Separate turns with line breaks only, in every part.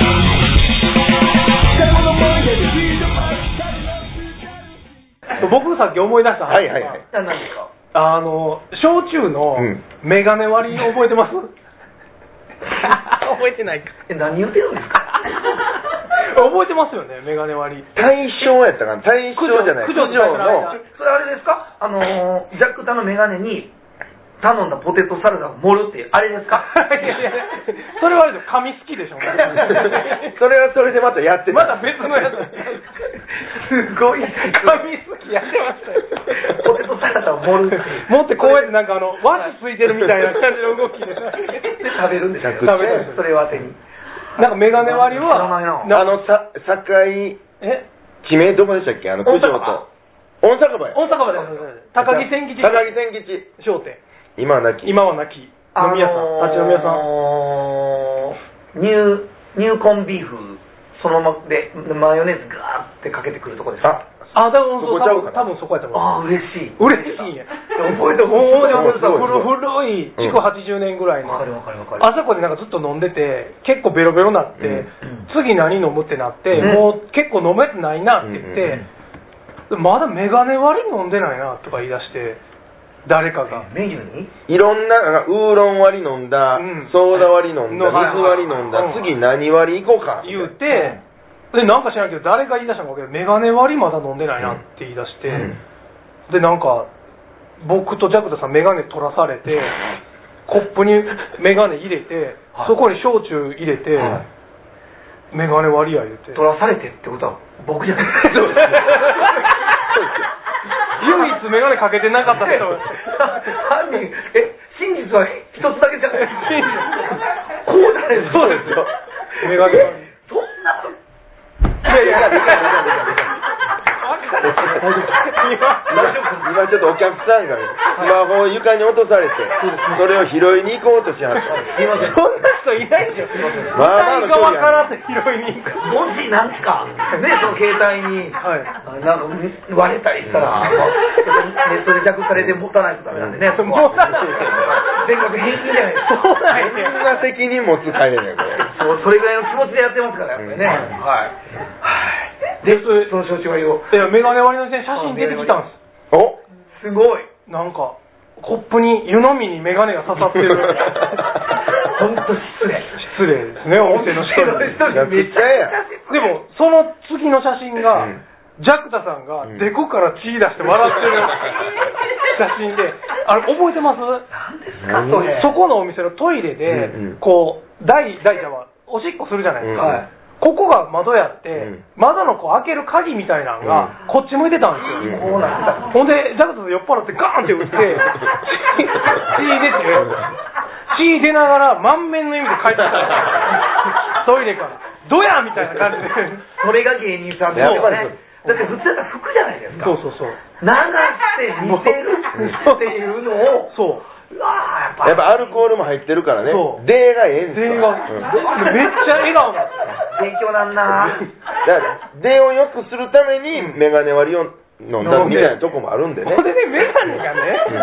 僕さっき思い出した
はいはいはい
じゃあ何ですか
あの焼酎の
うん
メガネ割り覚えてます
覚えてないか
え何言ってるんですか
覚えてますよねメガネ割り
大正やったかな大正じゃない
九条
九
九
条
条の
の
それあれですかあのージャック・タのメガネに頼んだポテトサラダを盛るってあれです か
いやいやそれはあれでしょ紙好きでしょ
それはそれでまたやってた
まだ別のやつ
すごい
紙好きやってましたよ
ポテトサラダを盛るっていう
持ってこうやってなんかあの和紙ついてるみたいな感じの動 きで
で食べるんですよ
食べ
るんです
それを当てに
なんかメガネ割り
知らない
は
な
あのさ堺
え
地名どこでしたっけあの九条と大阪場や
大阪まで高木千吉
高木千吉
商店
今はなき
今はなき飲み屋さん立ち飲み屋さん
んニューニューコンビーフそのままでマヨネーズガーってかけてくるとこですか
あ
あ多分
そこちゃうかな
多分そこやと思う
ああー嬉しい
嬉しいんや
覚え
もうで
て
も
覚えてます
古い築80年ぐらいの
わかるわ
あ
かるわかる
そこでなんかずっと飲んでて結構ベロベロになって、
うん
次何飲むってなって、
うん
もう結構飲めてないなって言って、まだメガネ割り飲んでないなとか言い出して誰かが
メニューに
いろんななんかウーロン割り飲んだ、
うん
ソーダ割り飲んだ、
のはい
水割り飲んだ、
うん
次何割いこうかみたい
言
な
うて、でなんか知らんけど誰が言い出したのかわけどメガネ割りまだ飲んでないなって言い出して、
うん
でなんか僕とジャクタさんメガネ取らされてコップにメガネ入れて、
はい
そこに焼酎入れて、
は
メガネ割りや言うて
取らされてってことは僕じゃない
そうですね
唯一メガネかけてなかった人
犯人 え真実は一つだけじゃない
真実
こうじゃない
そうですよ
メ
メ
ガ
ガ
ネ
ネ
そんない
やいやいやいやいやい
今
今今ちょっとお客さんがスマホを床に落とされて、それを拾いに行こうとしはった
すいません
そんな人いないでしょ
まあ
お題がわからんで拾いに行く
もしなんすかねその携帯に、
はい
なんか割れたりしたら、
うん
ネットで着されて持たないとダメなんでね、
うん
そこは
持たない
全額返金じゃないですか
そうなん
みんな責任持つ会やねんこれ
そうそれぐらいの気持ちでやってますからやっぱりね、
うん
はい、はい、でその調子はいよ
いやメガネ割りの時に写真出てきたんです
お
すごい
なんかコップに湯飲みにメガネが刺さってる
本当失礼
失礼ですねお店の人に
お店の人にめちゃくちゃ
でもその次の写真が、
うん
ジャクタさんが
うん
デコから血出して笑ってる写真であれ覚えてます
何ですか
何
それ
そこのお店のトイレで、
うんうん
こう大大ちゃんはおしっこするじゃないですか、
うんはい
ここが窓やって、
うん
窓のこう開ける鍵みたいなのが、こっち向いてたんですよ、
こうなってた
ほんで、ジャクソン酔っ払ってガーンって打って、血出て、血出ながら満面の意味で帰ってきた。トイレから。どやみたいな感じで。
それが芸人さんです
やっ
よ
ぱり
ねだって普通だったら服じゃないですか
そうそうそう。
流して似てるっていうのを
そう。
うわー
やっぱアルコールも入ってるからね
そう
デーがええんです
全員
わ
が、めっちゃ笑顔なんですよ。
勉強なんな
うんだからデーを良くするためにメガネ割りを飲んだみたいなとこもあるんでね
これでメガネが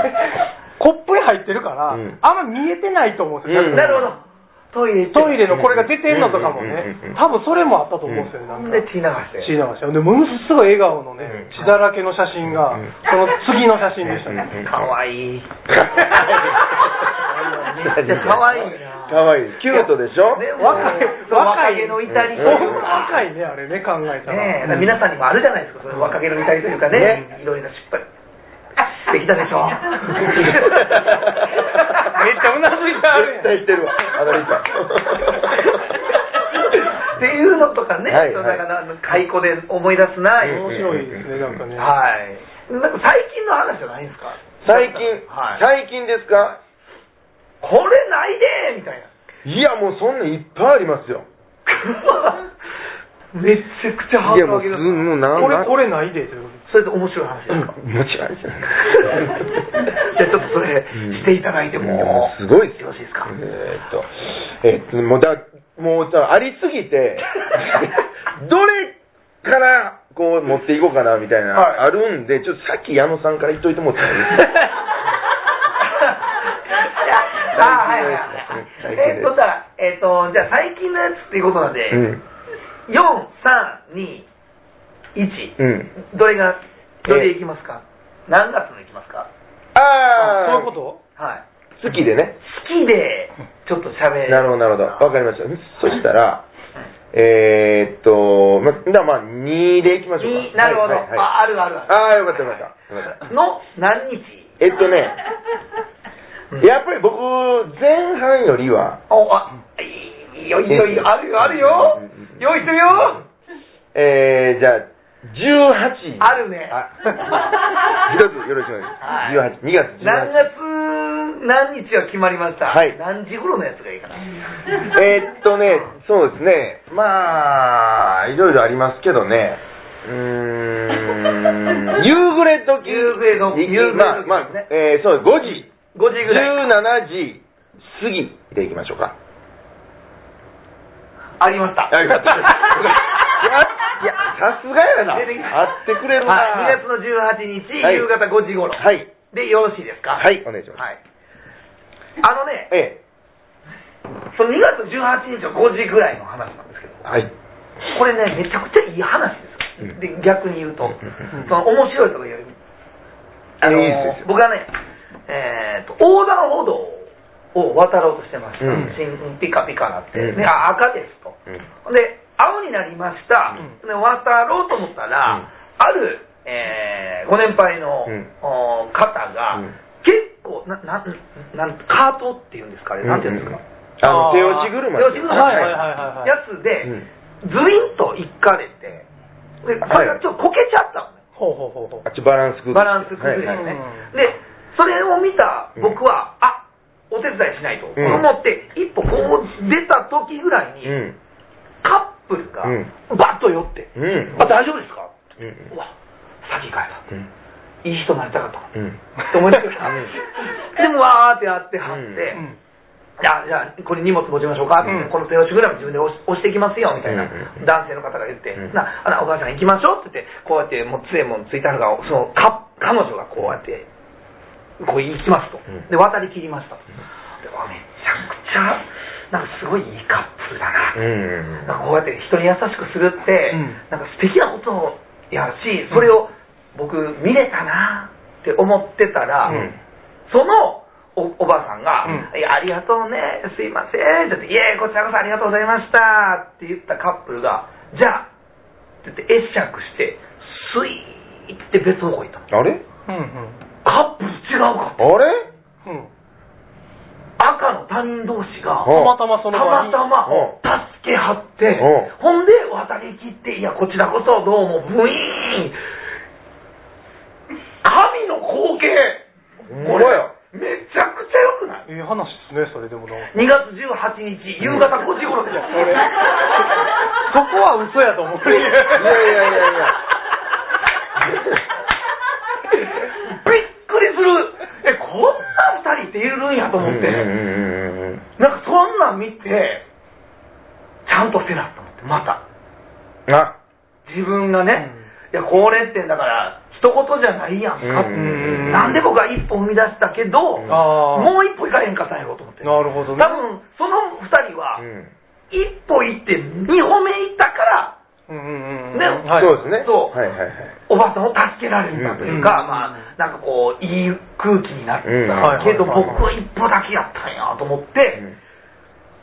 ね、コップに入ってるから、
うん
あんま見えてないと思うんですよ。
うん
なるほどトイレ行っ
トイ
て
レのこれが出てんのとかもね
うんうんうんうん、
多分それもあったと思うんですよね、な
ほ
んか
んで。血流
血流
して
しでものすごい笑顔のね、
うん
血だらけの写真が、
うん
その次の写真でした
うん
ね、
かわ いいめ
め
っちゃかわいいな
かわいいキュートでしょ
ね
若い
若気の至りとい
うん
ほん
う
ま
か
若いねあれね考えた
ねえ、
ら、
皆さんにもあるじゃないですか、その若気の至りというかね、いろいろ失敗。できたで しょ。
めっちゃうなずいてある
絶対してるわアナリ さん
っていうのとかね、
はい
そのなんかなんか解雇で思い出すな、
うん
面白いですねなんかね、
はい。なんか最近の話じゃないんですか。
最近、
はい
最近ですか
これないでみた いな。
いやもうそんなんいっぱいありますよ
めちゃくちゃハー
いや
ド
もう
ル上げ
すもうなん
これ
なん
これないでってこと
それと面白 い話です
うん
か。
もちろんじゃ
じゃあちょっとそれしていただいても
すごいっす
よろしいですか
えーっとえーっともうだもうさありすぎ てどれからこう持っていこうかなみたいな、
はい
あるんでちょっとさっき矢野さんから言っといてもらっていいですか
あ あはいはいはいえっとじゃあえっとじゃあ最近のやつっていうことなんで、
うん
四三二一
うん
どれがどれ行きますか何月の行きますか
あ
そう
あ
いうこと
はい
好きでね
好きでちょっと喋
なるほどなるほどわかりましたそしたらえーっとまだまあ2でいきましょう
に
か
なるほど、
はいはいはい
ああるあるある
ああよかったよかったよかった
の何日
えっとね
うん
やっぱり僕前半よりは
おあいいよいいよいいよあるよあるよ
うんうんうん
用意するよ
えー、じゃあ18
あるね
あ一つよろしくお願いします18 2月18
何月何日は決まりました、
はい
何時頃のやつがいいかな
えーっとね、そうですね、まあ、いろいろありますけどね、うーん、夕暮れ時
夕暮れ時夕暮れ時
まあ、まあ
ですね
えーそう5時、
5時ぐらい
17時過ぎでいきましょうか。
ありました
あ りがとうございますいや、さすがやな、
出てきた
あってくれるな。
はい、2月の18日、
はい
夕方5時頃、
はい、
でよろしいですか
はいお願いします
はい、あのね
え
その2月18日の5時ぐらいの話なんですけど
え、はい、
これねめちゃくちゃいい話ですよ、で逆に言うと、
うん
その面白いとかよりあの
いいですよ
僕はね、えーと横断歩道を渡ろうとしてました、
うん
新ピカピカなって、
うん
であ赤ですと、
うん
で青になりました、
う
で渡ろうと思ったら、
うん
ある、えーご年配の、
うん
お方が、
うん
結構なななんカートっていうんですかね、なんていうんですか
あの、
あー
手押し車
手押し車
はいはいはいはい
やつで、
うん
ズリンと行かれてでこれがちょっとこけちゃったのね、
ほうほうほうほう
あっちバランス崩れて
バランス崩れてね、
はいはい
でそれを見た僕は、あお手伝いしないと思って、一歩こう出た時ぐらいに、
うん
カップルが
うん
バッと寄って「
うん
あ大丈夫ですか?」
うん
うわ先帰った
うん
いい人になりたかった
うんうん
と思いながらでもわーってやってはって、
うん
じゃあ、じゃあこれ荷物持ちましょうかって、
うん
この手押しぐらいも自分で押し押していきますよみたいな、
うん
男性の方が言って、
うん
なあらお母さん行きましょうって言って、こうやってもう杖もついたのが、そのか彼女がこうやって、こう行きますと
うん、
で渡り切りましたと、でわめちゃくちゃ、なんかすごいいいカップルだな、
うん
なんかこうやって人に優しくするって、
うん
なんか素敵なことやし、それを僕、見れたなって思ってたら、
うん
そのおおばあさんが、
うん
いやありがとうね、すいません、って言って、いえ、こちらこそありがとうございましたって言ったカップルが、じゃあ、って言って、会釈して、スイーって別方向行ったの。
あれ
うん
カップル違うか
あれ
うんうん
赤の他人同士が、
う
たまたまそ
た
の場
ま
に
たま
うん
助け合って
う
ほ
ん、
んで渡り切って、いや、こちらこそどうも、ブイーン神の光景
ほ
こ
んまや
れ、めちゃくちゃ良くない
ええ話ですねそれでもなんか
2月18日夕方5時頃です、
それそこは嘘やと思ういやい
いやいやいやいや
びっくりするえこんな2人っているんやと思って、
うん
なんかそんなん見てちゃんとせなと思ってまた
あ
自分がね、いやこれってだから一言じゃないやんかって、
うんうんうん
なんで僕は一歩踏み出したけど、
ん
ああ
もう一歩行かへんかったんやろうと思って
な
多
るほどね
分その2人は、
うん
一歩行って2歩目行ったから
うんうんうん
ね
はい
そうですね
そう
はいはいはい
おばあさんを助けられたというか、
うん
まあなんかこういい空気になったけ
う
ど、
んはいはいはい
僕は一歩だけやったんやと思って、
うん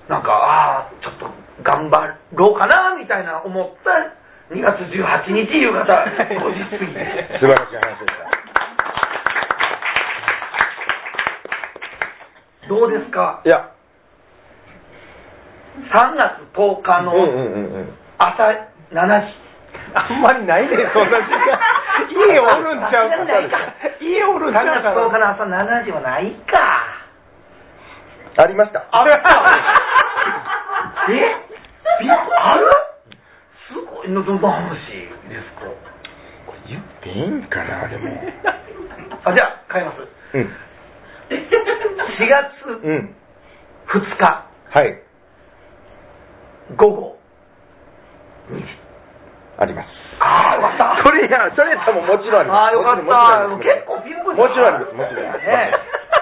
なんかああちょっと頑張ろうかなみたいな思った2月18日夕方5時過ぎ
素晴らしい話でした
どうですか
いや
3月10日
うん
の
うんうんうん
朝7時
あんまりないねそんな時間家おるんち ゃうか家おるんちゃ
3
う
月
か
10
な
日の朝7時はないか
ありました
あった。えびっあるすごいのどんな話ですか
これ言っていいんかなでも
あ、じゃあ、変え ます。
うん
4月
うん
2日
はい
午後2時。
あります
ああ、わかった。
それやそれやったらもうもちろんあります
あーよかった
もち
結構ピンポイント
ろんありますもちろんありますもちろんあります
ね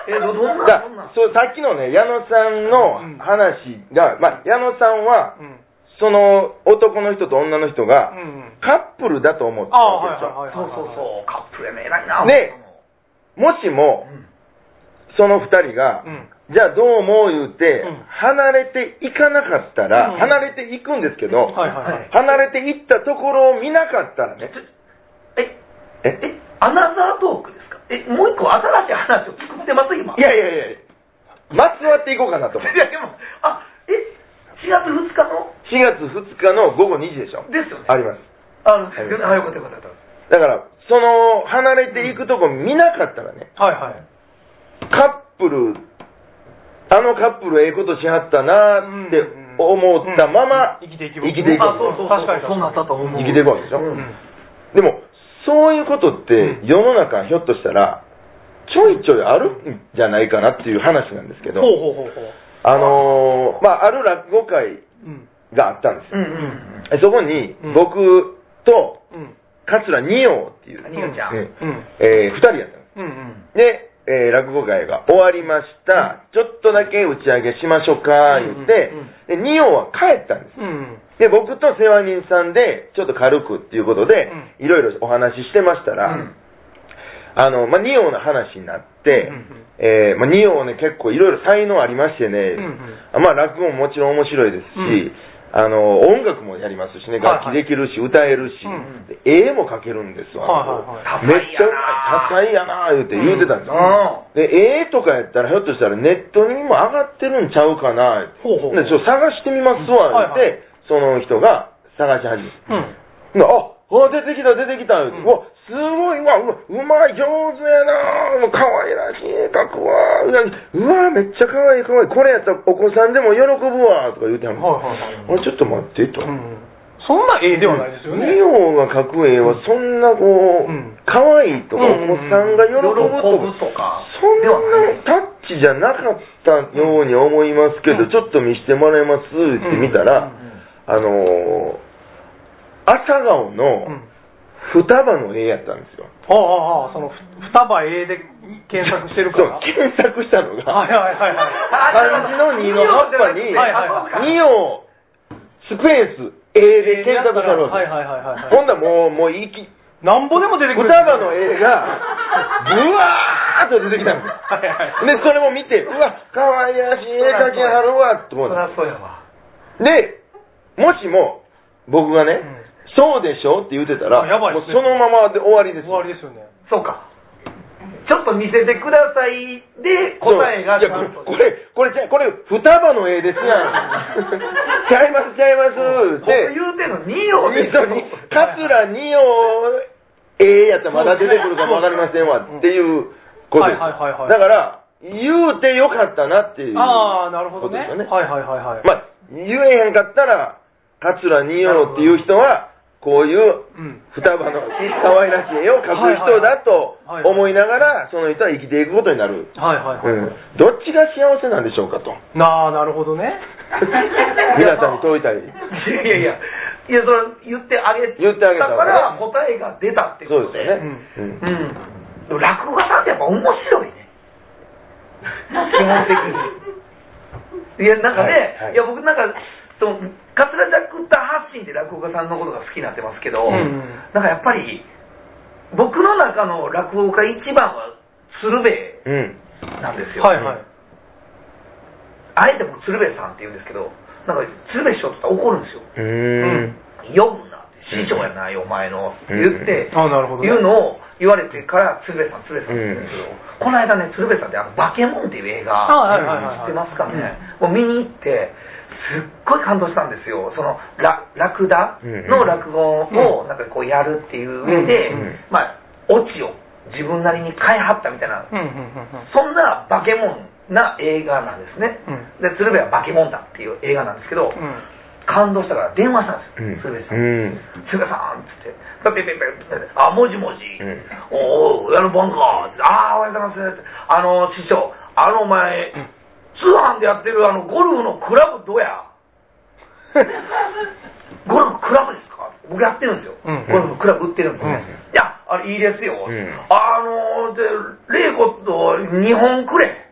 ええどどんな
だ
どんな
そうさっきのね矢野さんの話がまあ矢野さんは
うん
その男の人と女の人が
う、ん。
カップルだと思って
あ
た
あ、は
わけで
い
しょ
はいはい。
そうそうそう、カップルやね、偉いな。
ねもしも、
うん
その二人が、
うん。
じゃあどうも言うて、
うん
離れていかなかった
う
ら、
ん
離れていくんですけど、
はいはいはい。
離れていったところを見なかったらね、
え、
え
え、アナザートークですかえ、もう一個新しい話を聞くってます今。
いやいやいや、まつわっていこうかなと思っ
い
て。
や でも、あ、え、4月2日の
4月2日の午後2時でしょ。
ですよね。
あります。
あの、あ、よかったよかった。
だから、その、離れていくとこ見なかったらね、
はいはい。
カップル、あのカップルええことしはったなーって思ったまま、
生きていけば
生きていく
あ、
わ
そうそうそう。
確かに
そうなったと思う。
生きていくわけでしょ。
うん
でも、そういうことっ
う
て、世の中、ひょっとしたら、ちょいちょいあるんじゃないかなっていう話なんですけ
ほ
ど、
うほうほうほう。
あのーまあ、ある落語会
うん。
があったんで
う
す
ん
よ。
うん
そこに
うん、
僕と、
うん。
桂二葉っていう、
うん。ニオちゃん。
え
うん。
えー二人やったの。
うんうん。
で、えー落語会が終わりました、ちょっとだけ打ち上げしましょうか、言って、で、二葉は帰ったんです。
うん。
で、僕と世話人さんで、ちょっと軽くっていうことで
うん、
いろいろお話ししてましたら、
うん
あの、まあ、二葉の話になって、
うん
えーまあ、二葉ね、結構いろいろ才能ありましてね、
うん
あまあ、落語ももちろん面白いですし、
うん
あの、音楽もやりますしね、
はい
楽
はい
器できるし、歌えるし、
うん
で絵も描けるんですわ。
はいはい
はい
めっちゃ多彩やなぁ言うて言うてたんですよ。で、絵とかやったら、ひょっとしたらネットにも上がってるんちゃうかなぁ
ほうほう。
で、ちょっと探してみますわ、言うて、
はいは
その人が探し始め
うん。
であ、あ出てきた、出てきた、
ん
うわ、すごい、うわ、うわうまい、上手やな、もう可愛らしい絵描くわ、うわ、うわめっちゃ可愛い、可愛い、これやったらお子さんでも喜ぶわ、とか言うてはんの、
はいはいはい
あちょっと待って、と。
うん。そんな絵ではないですよね。
ミオが描く絵はそんなこ
う
う、
ん
可愛いとか、
うん
お子さんが喜ぶ
喜ぶ
と
と
か、
か。
そん
ではない
なタッチじゃなかったように思いますけど、ちょっと見してもらえますって見たら、あのー朝顔の、
うん。
双葉の絵やったんですよ。
はあはあはあ、その、ふ双葉 A で検索してるから。
そう検索したの
はい
が、
はいはいはい。
漢字の二の葉っぱに、
はいはいはい
二をスペース A で検索したの
はいはい
が、
はいはいはい。
ほんだらもう、もういき、
なんぼでも出てく
双
る。
葉の絵が、ぶわーっと出てきたんですよ。
はいはい
で、それも見て、うわ、かわいらしい絵描きはるわ、と思
そ
っ
りゃそうやわ。
て。で、もしも、僕がね、
ん
そうでしょって言ってたら、
あやばい
も
っ
う
すね
そのままで終わりです
終。わりですよね。
そうか。ちょっと見せてくださいで、答えが
い
ち
や
ゃんと。
これ、これ、これ、これ、双葉の絵ですやん。ちゃいます、ちゃいます。
僕
で、
言うてんの、二を
水戸に、桂二葉、ええやったらまだ出てくるかもわかりませんわっていうことです。
はいはいはいはい
だから、言うてよかったなっていう。
ああ、なるほどね。は
ことですよね
いはいはいはい。
まあ、言えへんかったら、桂二葉っていう人は、こういう
うん。
双葉の可愛らしい絵を描く人だと思いながら、その人は生きていくことになる。
はいはいはい。
うんどっちが幸せなんでしょうかと。
なあ、なるほどね。
皆さんに問いたい。
いやいやいや、いや、それ言ってあげ
言ってあげた
た
方
か
がね
ら答えが出たって
そ
こ
う
と
です
で。
よね。う
うんん。でも落語家さんってやっぱ面白 いね。基本的に。いや、なんかね、
はいはい
いや、僕なんか、その、カツラジャクタ発信で落語家さんのことが好きになってますけど、
うん
なんかやっぱり、僕の中の落語家一番は鶴瓶
うん。
なんですよ。
はいはい。
あえて僕鶴瓶さんって言うんですけど、なんか鶴瓶師匠って言ったら怒るんですよ。
うーん。
読むなって師匠やないお前のって言って、
ああ、なるほどね。
いうのを言われてから鶴瓶さん鶴瓶さんって言うんですけど、
うん
この間ね鶴瓶さんってあの「バケモン」っていう映画
あはいはいはいはい
知ってますかね、もう見に行ってすっごい感動したんですよそのララクダの落語をなんかこうやるっていう上
う
で、
ん
うん
まあオチを自分なりに変えはったみたいな、
うんうんうん
そんなバケモンな映画なんですね、で鶴瓶はバケモンだっていう映画なんですけ
うん。
ど、
うん。
感動したから電話したん
うん
ですよ、鶴瓶さん、
うん。
鶴瓶さんっつって、ペペペペペペあ、もしもし、
うん
おお、やる番か、ああ、おはようございます、あの、師匠、あの、お前、通販でやってるあのゴルフのクラブどうや、ゴルフクラブですか、僕やってるんですよ、
うん
ゴルフのクラブ売ってるんです
う
ね、
ん
いや、あれいいですよ、
うん
あの、で、レイコと2本くれ。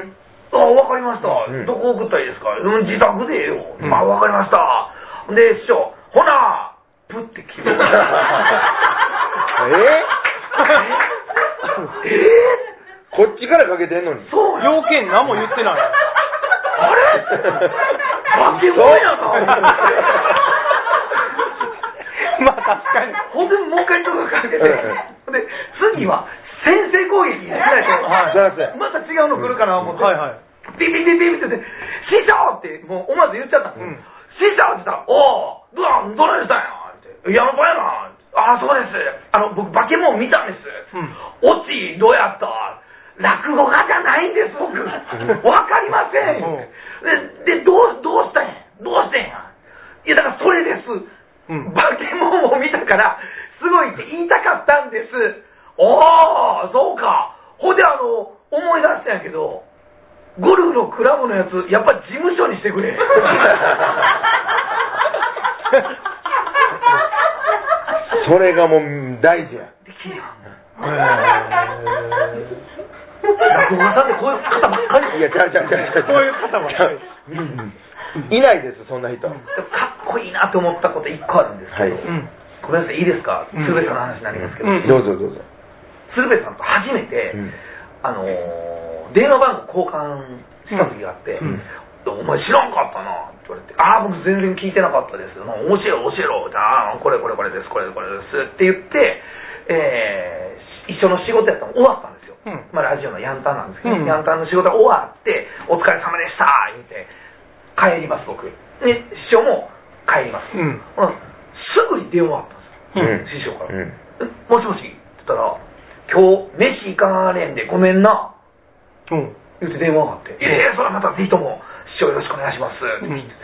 うん。
あ、わかりました。
うん
どこ送ったらいいですか、うん、自宅でええよ。
うん
まあ、わかりました。で、師匠、ほなプッて 切る。
え
え
こっちからかけてんのに。
そうや
要件何も言ってない。
あれ化け物やな。
まあ確かに。
ほんで、もう一回ちょっとかけて。ほんで、次は先制攻撃にしないと、
はい
そうです
また違うの来るかな思って、
はいはい。
ビビビビビって言って、師匠って、もう思わず言っちゃった。
ん
師匠って言ったら、おお、どうどれでしたんやって。矢野さんやな。ああ、そうです。あの、僕、化け物見たんです。
うん
オチ、どうやった落語家じゃないんです、僕。わかりません。で、でどう、どうしたんやどうしてんやいや、だからそれです。
うん
化け物を見たから、すごいって言いたかったんです。おお、そうか。ほんで、あの、思い出したんやけど、ゴルフのクラブのやつ、やっぱ事務所にして くれ。
それがもう大事や。
できんやん。落語家さんってこういう方ばっかり
いや、ちゃうちゃうちゃうちゃう。
そういう方はない
うんいないです、そんな人。は
でもかっこいいなと思ったこと一個あるんですけ
い
ど、。
うん。
ごめんなさい、いいですか、
うん
鶴瓶さんの話になりますけど、
うん
どうぞどうぞ。
鶴瓶さんと初めて、
うん
あのー電話番号交換した時があって、
うん
お前知らんかったなって言われて、ああ、僕全然聞いてなかったです。なんか教えろ、教えろ。じゃあ、これこれこれです、これこれです。って言って、えーし一緒の仕事やったの終わったんですよ。
うん
まあ、ラジオのヤンタンなんですけ
う
ど、
ん
ヤンタンの仕事が終わって、お疲れ様でした言って、帰ります、僕。で、師匠も帰りま
う
す。
ん
ほなすぐに電話あったんですよ。
うん
師匠から、
うん
えもしもしって言ったら、今日飯行かねえんでごめんな。
うん。
言って電話があって、いやいや、それはまたぜひとも、師匠よろしくお願いします。って
うん
聞いて、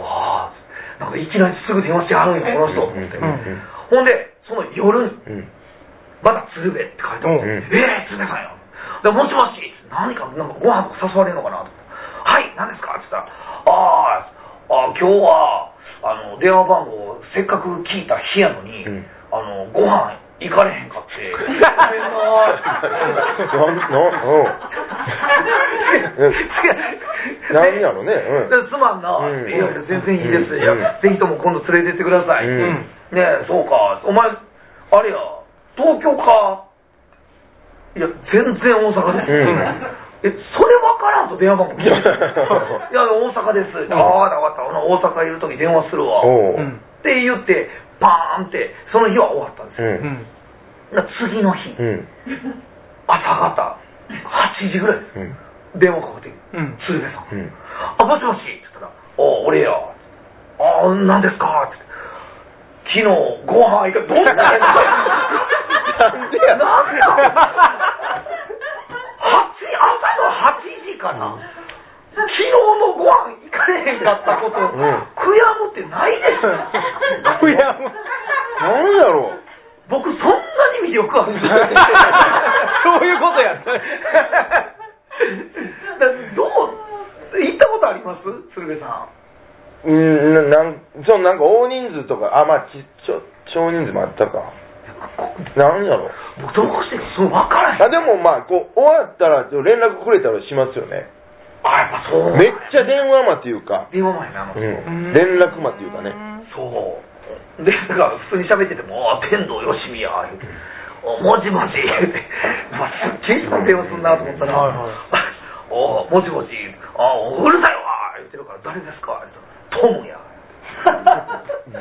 うわあなんかいきなりすぐ電話してはるんや、この人と思って。
うんうん
ほんで、その夜に、
うん
また鶴瓶って書いてあって、
うん
えー、鶴瓶さんよ。でもしもし、何か、なんかご飯とか誘われるのかなと思って。はい、何ですかって言ったら、あーあー、今日は、あの、電話番号、せっかく聞いた日やのに、
うん
あの、ご飯行かれへんかって。ごめんな
な なうんなんやろねうん
でつまんな、
うん
いやいや全然いいです、
うん
いやぜひとも今度連れてってください、
うん
ねえそうかお前あれや東京かいや全然大阪です、
うん
えそれ分からんと電話番号
い
いや
や
大阪です、ああだ分かった俺大阪いる時電話するわっ
おう
う
うん
ん。
て言ってパーンってその日は終わったんです
う
よ、
うんん。
だから次の日、
うん
朝方8時ぐらいです、
うん
電話かかってきて
うん。
鶴瓶さん、
うん
あ、もしもしって言ったら、お俺や。あ、何ですかって言って。昨日、ご飯行か、どんなやつ
なんで
な
や
んだ八朝の8時から、昨日のご飯行かれへんかったこと、
うん
悔やむってないでしょ。
いやもう。
なんやろ
僕、そんなに魅力あるんですよ
そういうことやった。
だどう、行ったことあります鶴瓶さん。
うんななんそうなんか大人数とかあまあちちょ少人数もあったかなんやろ
僕どうしてるかそう分からへん
あでもまあこう終わったら連絡くれたらしますよね
あやっぱそう
めっちゃ電話間っていうか、
電話前なの、
う
ん
ん、連絡間っていうかね
そうでだから普通に喋ってても「あ天童よしみや」言うておもじもじ」言うてまあすっげえ人の電話すんなと思ったら「
はいはい
おもじもじ」あ「うるさいわ」言ってるから「誰ですか?」言ったら「トムや」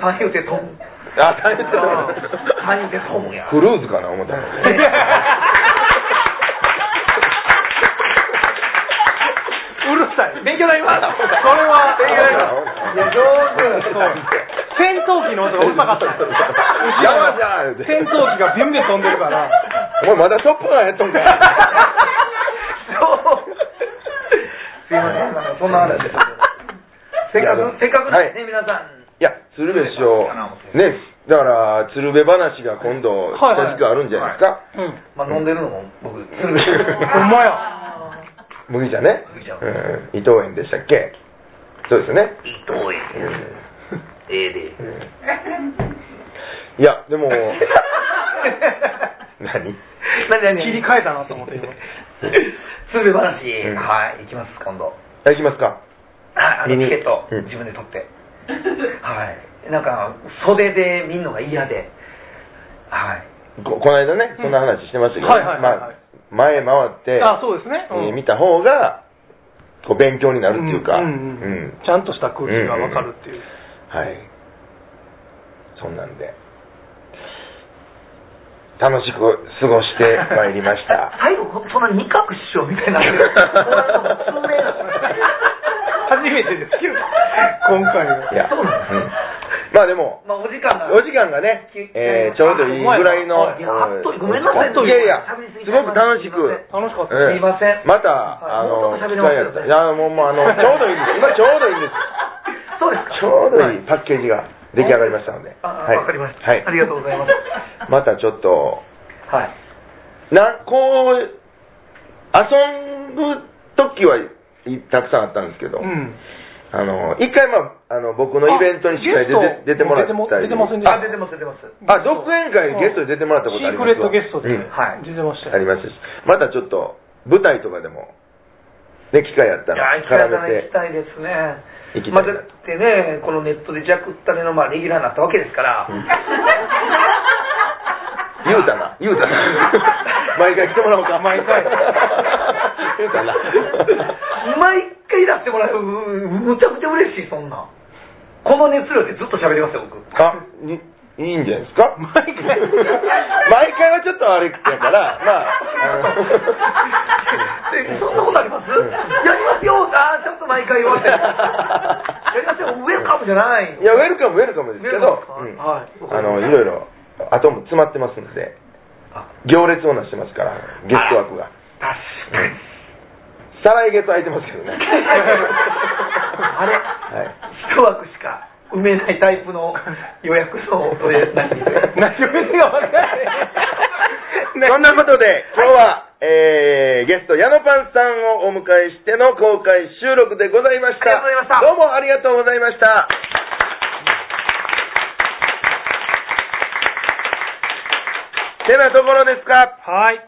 三遊亭トム
あ大変
三遊亭トムや
クルーズかな思ったの
うるさい。勉強になります。それは。
勉強になりま
いや、
す
上手。そう戦闘機の音がうるさかった。
やばいじゃん言うて
戦闘機がビュンビュン飛んでるから。
お前まだショップがやっ とんかい
そうすいませんなんかそんな話ですせっかくせっかくですね、皆さん
いや、鶴瓶師匠
鶴瓶さんかな思っ、て
ね、だから、鶴瓶話が今度、
はいはい
近くあるんじゃないですか。
うん。
まあ飲んでるのも僕、鶴瓶
ほんまや。
麦茶ね。
麦茶
うん、伊藤園でしたっけそうですよね。
伊藤
う
園、
ん
ええ で。
いや、でも、何
何何
切り替えたなと思 って今
鶴瓶話、
ん
はい、行きます、今度。
あ行きますか。
はい、あの
見に
チケット
うん、
自分で取って。はいなんか袖で見るのが嫌ではい
ここの間ね、そんな話してましたけど、
はいはいはいはい
まあ、前回って、
あそうですね、うん
えー見た方がこう勉強になるっていうか、
んん
うん
ちゃんとした空気がわかるっていう、
はいそんなんで楽しく過ごしてまいりました
最後こそんな二角師匠みたいに なってるこれはもう通名
初めてですけど今回はい
や
そうなんです
うんまあでも
まあお時間なんで
お時間がね、えーちょうどいいぐらいの、
あ
いやあっとごめんなさいね
いやいや
喋り、
すごく楽しく。
楽しかった、
うん
すいません
また、
はい
あの、
もうちょっと喋
機
ります
会やったらいや、もう、もう、あの、ちょうどいいんです。今、ちょうどいいんです。
そうですか
ちょうどい
はい
パッケージが出来上がりましたので。
あわ、
はい
かりました、
はい
あ。りがとうございますは
またちょっと、
い
な、こう、遊ぶ時はいたくさんあったんですけど、
うん
あの、一回、まあ、あの、僕のイベントに司会で
あ
出て出てもらった
出ても出
り。
てませんでした
あ出てます出てます
あ、独演会ゲストで出てもらったことありますわ
シークレットゲストで、
うん
はい
出てました
あり
よ
ましたし、またちょっと舞台とかでも、ね、機会あった
いや
ら
行きたい
絡め
行き
て、
たいですね
行きたい
まあだってねこのネットでジャクったれのまあレギュラーになったわけですから、
うん言うたな、言うたな、 毎回来てもらおうか、
毎回
言うたな、
毎回出してもらうむちゃくちゃ嬉しいそんなこの熱量でずっと喋ります よ僕
あにいいんじゃないですか、毎
回
毎回はちょっとあれやから、ま あ、
えそんなことあります、やりますよあーちょっと毎回言わ れてやりますよウェルカムじゃない
あのいや、ウェルカム、ウェルカムですけ
ウェル
ど、
カム
う
です
ん
かはい
あのいろいろ、後も詰まってますんで
あ、
行列をなしてますから、ゲスト枠が。
確かに
再来月空いてますけどね。
あれ、
はい
一枠しか埋めないタイプの予約のそれ何
何を言ってか分からない
そんなことで、今日は、えー、ゲスト、矢野パンさんをお迎えしての公開収録でございました。
ありがと
どうもありがとうございました。てなところですか
はい